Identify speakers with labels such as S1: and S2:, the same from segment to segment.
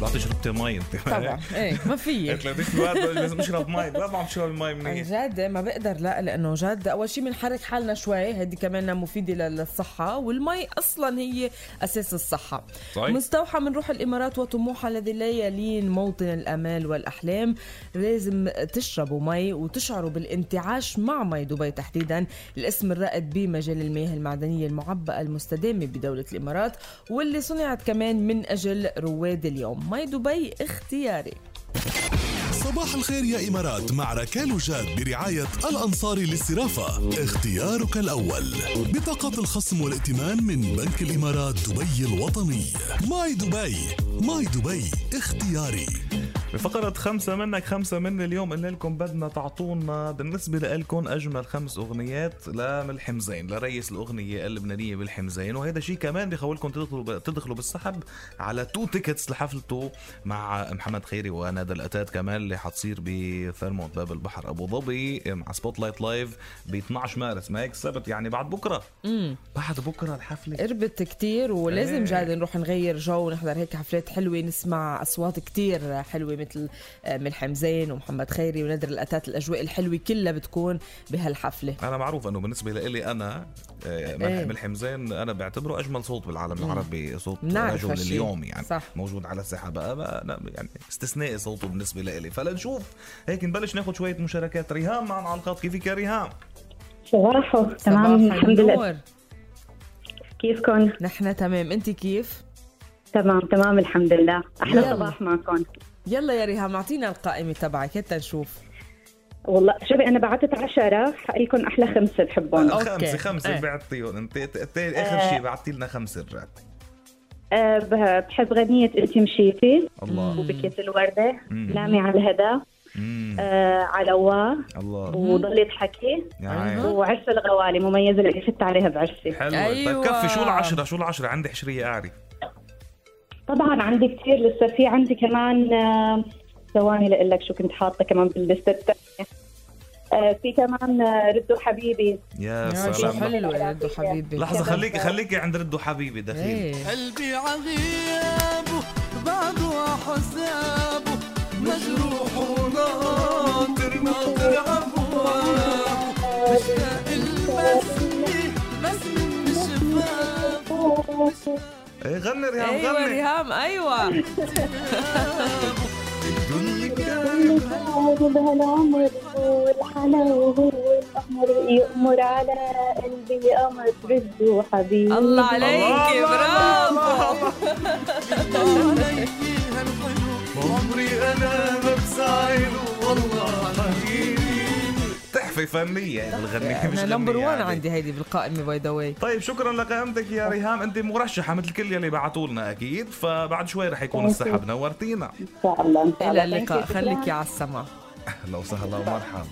S1: طلعت شربت مي انت
S2: طبعا ايه ما في
S1: قلت لك بدك بعد لازم اشرب مي لا ما عم تشرب المي
S2: عن
S1: منيح
S2: جد إيه، ما بقدر لا لانه جد اول شيء بنحرك حالنا شوي هدي كمان مفيده لل- للصحه والمي اصلا هي اساس الصحه
S1: صحيح.
S2: مستوحى من روح الامارات وطموحها الذي لا يلين موطن الامال والاحلام لازم تشربوا مي وتشعروا بالانتعاش مع مي دبي تحديدا الاسم الرائد بمجال المياه المعدنيه المعبأه المستدامه بدوله الامارات واللي صنعت كمان من اجل رواد اليوم مي دبي اختياري
S3: صباح الخير يا إمارات مع ركال وجاد برعاية الأنصاري للصرافة اختيارك الأول بطاقة الخصم والائتمان من بنك الإمارات دبي الوطني ماي دبي ماي دبي اختياري
S1: بفقرة خمسة منك خمسة من اليوم قلنا لكم بدنا تعطونا بالنسبة لكم أجمل خمس أغنيات لملحم زين لرئيس الأغنية اللبنانية ملحم زين وهذا شيء كمان بخولكم تدخلوا تدخلوا بالسحب على تو تيكتس لحفلته مع محمد خيري وندى الأتات كمان اللي حتصير بفيرمونت باب البحر أبو ظبي مع سبوت لايت لايف ب 12 مارس ما هيك السبت يعني بعد بكرة بعد بكرة الحفلة
S2: قربت كتير ولازم
S1: إيه.
S2: جاد نروح نغير جو ونحضر هيك حفلات حلوه نسمع اصوات كتير حلوه مثل آه، ملحم زين ومحمد خيري ونادر الاتات الاجواء الحلوه كلها بتكون بهالحفله
S1: انا معروف انه بالنسبه لي انا آه،
S2: إيه.
S1: ملحم الحمزان انا بعتبره اجمل صوت بالعالم العربي صوت
S2: منعرف
S1: رجل
S2: هالشي.
S1: اليوم يعني
S2: صح.
S1: موجود على الساحه بقى, بقى لا يعني استثنائي صوته بالنسبه لي فلنشوف هيك نبلش ناخذ شويه مشاركات ريهام معنا على الخط كيفك يا ريهام
S4: صباحو تمام
S2: صباح
S4: الحمد لله
S2: النور.
S4: كيفكم؟
S2: نحن تمام انت كيف
S4: تمام تمام الحمد لله احلى
S2: يلا.
S4: صباح معكم
S2: يلا يا ريهام اعطينا القائمه تبعك حتى نشوف
S4: والله شوفي انا بعتت عشرة حقلكم احلى خمسة بحبهم
S2: أوكي.
S1: خمسه خمسه
S2: إيه.
S1: بعتيهم انت أنت اخر شيء بعتي لنا خمسه رجعتي
S4: أه ب- بحب غنية انت مشيتي
S1: الله
S4: وبكيت الوردة
S1: مم.
S4: نامي على الهدى
S1: مم.
S4: أه على واه
S1: الله
S4: وضلي تحكي
S1: يا
S2: أيوة.
S1: عين
S4: وعرس الغوالي مميزة اللي فت عليها بعرسي
S1: حلو طيب
S2: أيوة.
S1: كفي شو العشرة شو العشرة عندي حشرية أعرف
S4: طبعا عندي كثير لسه في عندي كمان آه، ثواني لأقول لك شو كنت حاطة كمان باللستة الثانية آه، في كمان آه، ردوا حبيبي
S1: يا
S2: يا شو
S1: سلام
S2: حلو يا ردو حبيبي
S1: لحظة خليكي خليكي عند ردو حبيبي دخيل
S2: ايه
S5: قلبي عغيابه بعده حسابه مجروح وناطر ناطر عبوابه مشتاق المسني بس من شفافه
S1: إيه، غني ريهام
S2: ايوه
S1: غني
S2: ريهام ايوه
S1: الدنيا
S6: بهالعمر والحلا وهو القمر يأمر على قلبي قمر رد حبيبي
S2: الله عليكي
S1: الله،
S2: برافو
S5: علي فيها الحلو
S1: عمري انا ما بسعيله والله حبيبي تحفه فنيه يعني الغنية مش
S2: انا نمبر
S1: غنية
S2: 1
S1: عادي.
S2: عندي هيدي بالقائمه باي ذا واي
S1: طيب شكرا لقائمتك يا ريهام انت مرشحه مثل كل يلي بعتوا لنا اكيد فبعد شوي رح يكون السحب نورتينا
S4: إن شاء الله إن شاء
S2: الى
S4: الله.
S2: اللقاء
S4: Thank you.
S2: خليكي على السمع
S1: اهلا وسهلا ومرحبا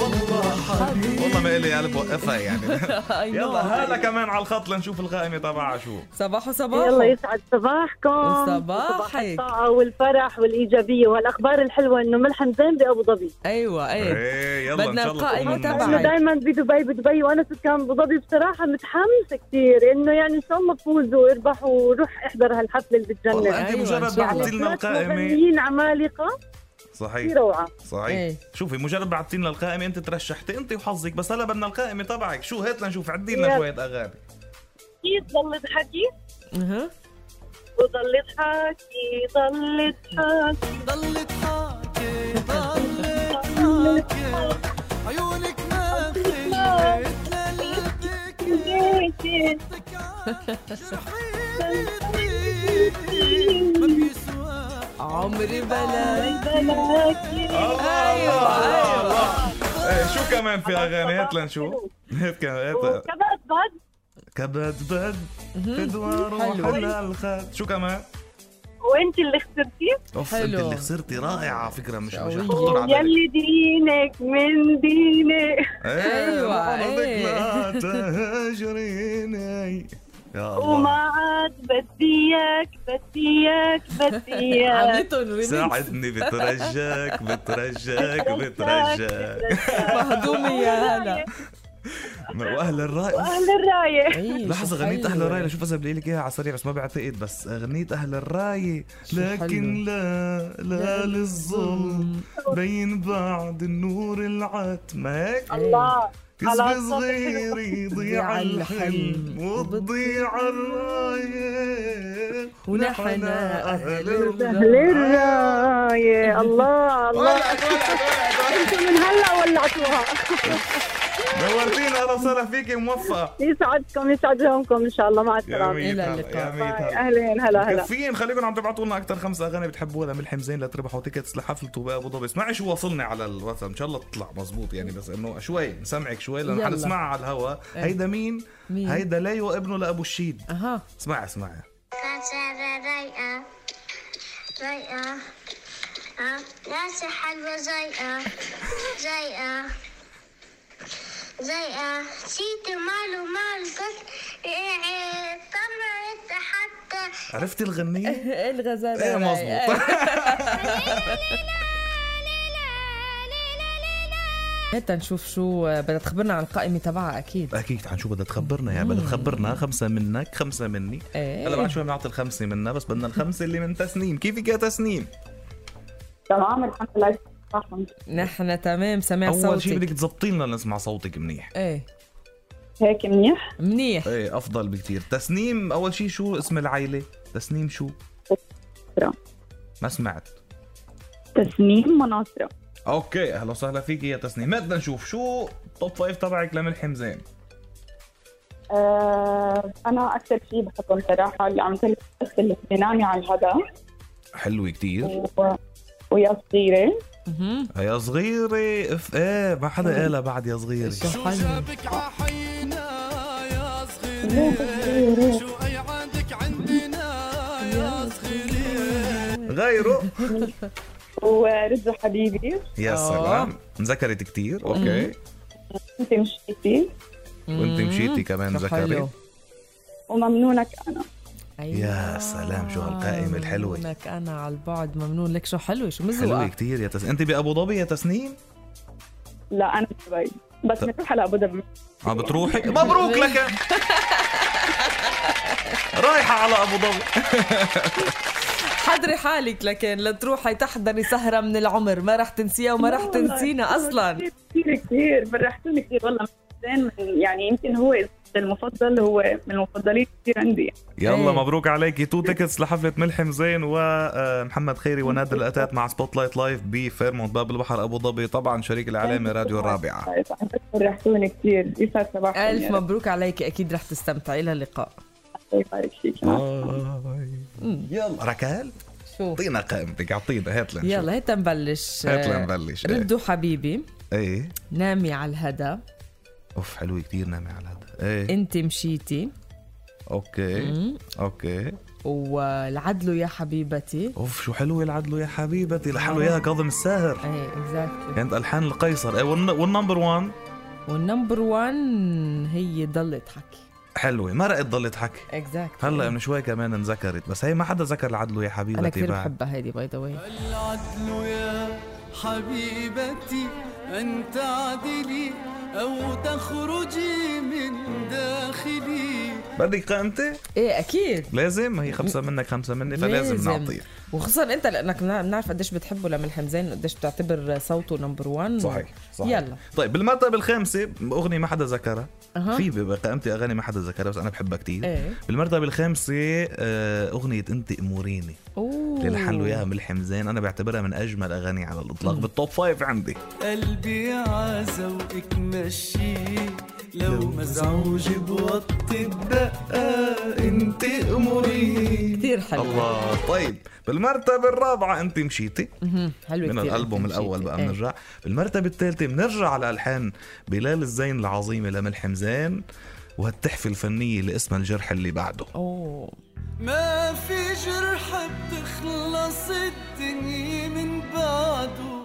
S5: والله حبيبي
S1: والله ما إلي قلب وقفها يعني
S2: I know.
S1: يلا هلا كمان على الخط لنشوف القائمه تبعها شو
S2: صباحو صباحو
S6: يلا يسعد صباحكم
S2: وصباحك.
S6: صباح الطاقة والفرح والإيجابية والأخبار الحلوة إنه ملحم زين بأبو ظبي
S2: ايوه ايه
S1: ايه يلا
S2: بدنا
S1: ان شاء الله
S2: القائمة
S1: تقوموا
S2: تبعك.
S6: أنا
S1: لنا.
S6: دائما بدبي بدبي وأنا سكان أبو ظبي بصراحة متحمسة كثير إنه يعني إن شاء الله تفوزوا واربحوا وروح احضر هالحفلة اللي
S1: والله انت
S6: بتجنن
S2: أيوة، إن
S1: مجرد
S2: شاء الله.
S1: بعتي لنا
S6: ثلاث
S1: القائمه
S6: مغنيين عمالقة في
S1: صحيح
S6: روعة
S1: صحيح
S2: إيه.
S1: شوفي مجرد بعتي لنا القائمه انت ترشحتي انت وحظك بس هلا بدنا القائمه تبعك شو هات لنشوف عدي لنا
S6: يلا.
S1: شويه اغاني
S6: كيف ضل تحكي
S2: أها.
S6: وضل تحكي ضل تحكي
S5: ضلت حاكي ضلت حاكي عيونك ما خليت لقلبك
S6: ليكي
S5: جرحي يطيب ما بيسوى
S2: عمري بلا
S6: بلاكي
S1: الله الله الله ايه آه، شو كمان في اغاني هات لنشوف هات كمان هات
S6: كبت بد
S1: كبد بد فدوى
S2: حلو.
S1: روح الخد شو كمان
S6: وانت اللي خسرتي
S1: اوف انت
S2: حلو.
S1: اللي خسرتي رائعه على فكره مش مش
S2: شعورية.
S1: هتخطر على بالك.
S6: يلي دينك من ديني
S1: إيه،
S2: أيوة،
S1: روح
S2: إيه.
S1: لا تهجريني يا
S6: وما
S1: الله
S6: عاد بدي اياك بدي اياك بدي اياك
S2: عملتهم ريميكس
S1: ساعدني بترجاك بترجاك بترجاك
S2: مهضومه يا هلا
S1: واهل الرأي
S6: واهل الرايه
S2: أي،
S1: لحظة
S2: شو
S1: غنية أهل
S2: حلوة.
S1: الراية لشوف إذا بلاقي لك إياها على السريع بس ما بعتقد بس غنية أهل الراية
S2: شو
S1: لكن
S2: حلوة.
S1: لا لا للظلم بين بعد النور العتم هيك
S6: الله
S1: كسب
S6: على صوت
S1: صغير يضيع
S2: ضيع
S1: الحلم
S2: الحلم
S1: وتضيع الراية
S2: ونحن أهل
S6: اهل
S2: الراية
S6: الرايه الله الله
S1: ولعت ولعت ولعت
S6: انتم من هلا ولعتوها
S1: نورتينا أهلا وسهلا فيكي موفقة
S6: يسعدكم يسعد يومكم ان شاء الله مع
S1: يا
S6: السلامه
S1: ميت
S2: إلى
S1: هلا،
S2: اللقاء.
S1: يا ميت
S6: باي.
S1: هلا.
S6: اهلين هلا هلا
S1: مكفيين خليكم عم تبعتوا لنا اكثر خمس اغاني بتحبوها لملحم حمزين لتربحوا تيكتس لحفلته بابو ظبي اسمعي شو واصلني على الواتساب ان شاء الله تطلع مزبوط يعني بس انه شوي نسمعك شوي لانه
S2: يلا. إيه.
S1: حنسمعها على الهوا هيدا مين؟
S2: مين؟
S1: هيدا ليو ابنه لابو الشيد
S2: أها
S1: اسمعي اسمعي
S7: كسر رايقة رايقة آه، راسي حلوة زيقة زيقة زيقة سيتي ماله مال قص إيه، إيه، طمرت حتى
S1: عرفتي الغنية؟
S2: إيه الغزالة إيه.
S1: ايه
S2: رايقة.
S1: مزبوط
S2: هات نشوف شو بدها تخبرنا عن القائمة تبعها أكيد
S1: اكيد عن شو بدها تخبرنا يعني بدها تخبرنا خمسه منك خمسه مني
S2: إيه.
S1: هلا بعد شوي بنعطي الخمسه منا بس بدنا الخمسه اللي من تسنيم كيفك يا تسنيم
S4: تمام الحمد لله صحن.
S2: نحن تمام سمع
S1: اول شيء بدك
S2: صوتك
S1: تزبطي لنا لنسمع صوتك منيح
S2: ايه
S4: هيك منيح
S2: منيح
S1: ايه افضل بكتير تسنيم اول شيء شو اسم العيله تسنيم شو
S4: شكراً.
S1: ما سمعت
S4: تسنيم مناصره
S1: اوكي اهلا وسهلا فيك يا تسنيم بدنا نشوف شو توب فايف تبعك لملحم زين
S4: آه انا اكثر شيء بحبهم صراحه اللي عم تلك بس اللي بتنامي على الهدى
S1: حلو كتير
S4: و... ويا صغيره
S2: مهم.
S1: يا صغيرة اف ايه ما حدا قالها بعد يا صغيرة
S2: شو
S5: شو
S2: حلوة.
S5: جابك عحينا يا صغيري شو أي عندك عندنا يا صغيري
S1: غيره
S4: ورزو حبيبي
S1: يا
S2: آه.
S1: سلام ذكرت كتير أمم. اوكي
S4: انت مشيتي
S1: وانت
S2: مم.
S1: مشيتي كمان
S2: شو
S1: ذكرت
S2: حلو.
S4: وممنونك انا
S1: يا سلام، شو هالقائمة الحلوة.
S2: ممنونك أنا على البعد ممنون لك شو حلوة شو
S1: حلوة
S2: مزوقة
S1: كتير يا تسنيم انت بابو ظبي يا تسنيم
S4: لا انا بدبي بس بنروح على ابو ظبي
S1: عم بتروحي مبروك لك رايحة على ابو ظبي
S2: حضري حالك لكن لتروحي تحضري سهرة من العمر ما رح تنسيها وما رح تنسينا أصلا
S4: كثير كثير كثير فرحتوني كثير والله زين من- يعني يمكن هو المفضل هو من المفضلين كثير عندي
S1: يلا
S2: إيه.
S1: مبروك عليكي تو تيكتس لحفلة ملحم زين ومحمد خيري ونادر الأتات مع سبوت لايت لايف بفيرمونت باب البحر أبو ظبي طبعا شريك الإعلامي راديو الرابعة
S4: طيب، فرحتوني كثير يسعد صباحك
S2: ألف مبروك عليك أكيد رح تستمتعي إلى اللقاء
S4: طيب،
S1: يلا آه. ركال
S2: شو
S1: اعطينا قائمتك اعطينا هات لنا
S2: يلا هات نبلش آه،
S1: هات لنبلش، إيه.
S2: ردوا حبيبي
S1: ايه
S2: نامي على الهدى
S1: اوف حلوة كتير نامي على هذا ايه
S2: انت مشيتي
S1: اوكي اوكي
S2: والعدل يا حبيبتي
S1: اوف شو حلوة العدل يا حبيبتي
S2: آه.
S1: لحلو اياها كاظم الساهر
S2: ايه اكزاكتلي
S1: كانت الحان القيصر ايه والن- والنمبر 1
S2: والنمبر 1 هي ضلت حكي
S1: حلوة مرقت ضلت حكي
S2: اكزاكتلي
S1: هلا من شوي كمان انذكرت بس هي ما حدا ذكر العدل يا حبيبتي
S2: انا إيه. كثير
S1: بعد.
S2: بحبها هيدي باي ذا واي
S5: العدل يا حبيبتي أن تعدلي أو تخرجي من داخلي
S1: بدك قائمتي؟
S2: ايه اكيد
S1: لازم هي خمسة منك خمسة مني فلازم نعطيها
S2: وخصوصا انت لانك بنع- بنعرف قديش بتحبه لملحم زين قديش بتعتبر صوته نمبر 1
S1: صحيح صحيح
S2: يلا
S1: طيب بالمرتبة الخامسة أغنية ما حدا ذكرها
S2: أها.
S1: في بقائمتي أغاني ما حدا ذكرها بس أنا بحبها كتير
S2: إيه.
S1: بالمرتبة الخامسة آه، أغنية أنت أموريني
S2: اوه
S1: اللي لحن له إياها ملحم زين أنا بعتبرها من أجمل أغاني على الإطلاق بالتوب فايف عندي
S5: قلبي عزوقك مشي لو مزعوج بوطي الدقة انت امري
S2: كثير حلو
S1: الله طيب بالمرتبة الرابعة أنت مشيتي
S2: مهم. حلو كثير
S1: من الالبوم الاول
S2: إيه.
S1: بقى بنرجع بالمرتبه الثالثه بنرجع على الحان بلال الزين العظيمه لملحم زين وهالتحفه الفنيه اللي اسمها الجرح اللي بعده
S2: اوه
S5: ما في جرح بتخلص الدنيا من بعده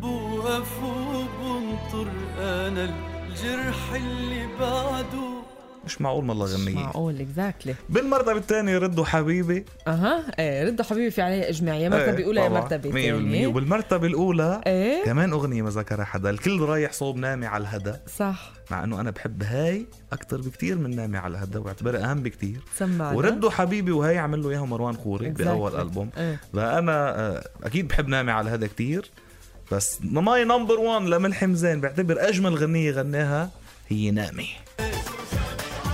S5: بوقف وبنطر انا الجرح اللي بعده
S1: مش معقول ما الله
S2: مش
S1: غنية
S2: معقول اكزاكتلي
S1: بالمرتبة الثانية ردوا حبيبي
S2: اها ايه ردوا حبيبي في عليها اجماعيه مرتبه
S1: إيه،
S2: اولى يا
S1: طبعاً.
S2: مرتبه
S1: 100%
S2: ثانيه
S1: وبالمرتبة الأولى
S2: ايه
S1: كمان أغنية ما ذكرها حدا الكل رايح صوب نامي على الهدى
S2: صح
S1: مع أنه أنا بحب هاي أكتر بكتير من نامي على الهدى واعتبرها أهم بكتير
S2: سمعنا
S1: وردوا حبيبي وهي عمل له إياها مروان خوري
S2: Exactly.
S1: بأول ألبوم
S2: ايه
S1: فأنا آه، أكيد بحب نامي على الهدى كتير بس ماي نمبر 1 لملحم حمزان بعتبر أجمل غنية غناها هي نامي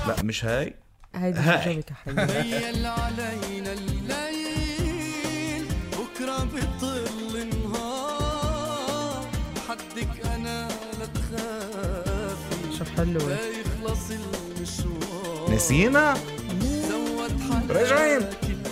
S1: لا مش هاي
S2: هيدي
S1: هاي.
S2: شجرك حلوه
S5: تخيل علينا الليل بكرة بطل نهار حدك أنا لا تخافي
S2: شو حلوه
S5: لا يخلص المشوار
S1: نسينا
S5: زود حنانك
S1: راجعين.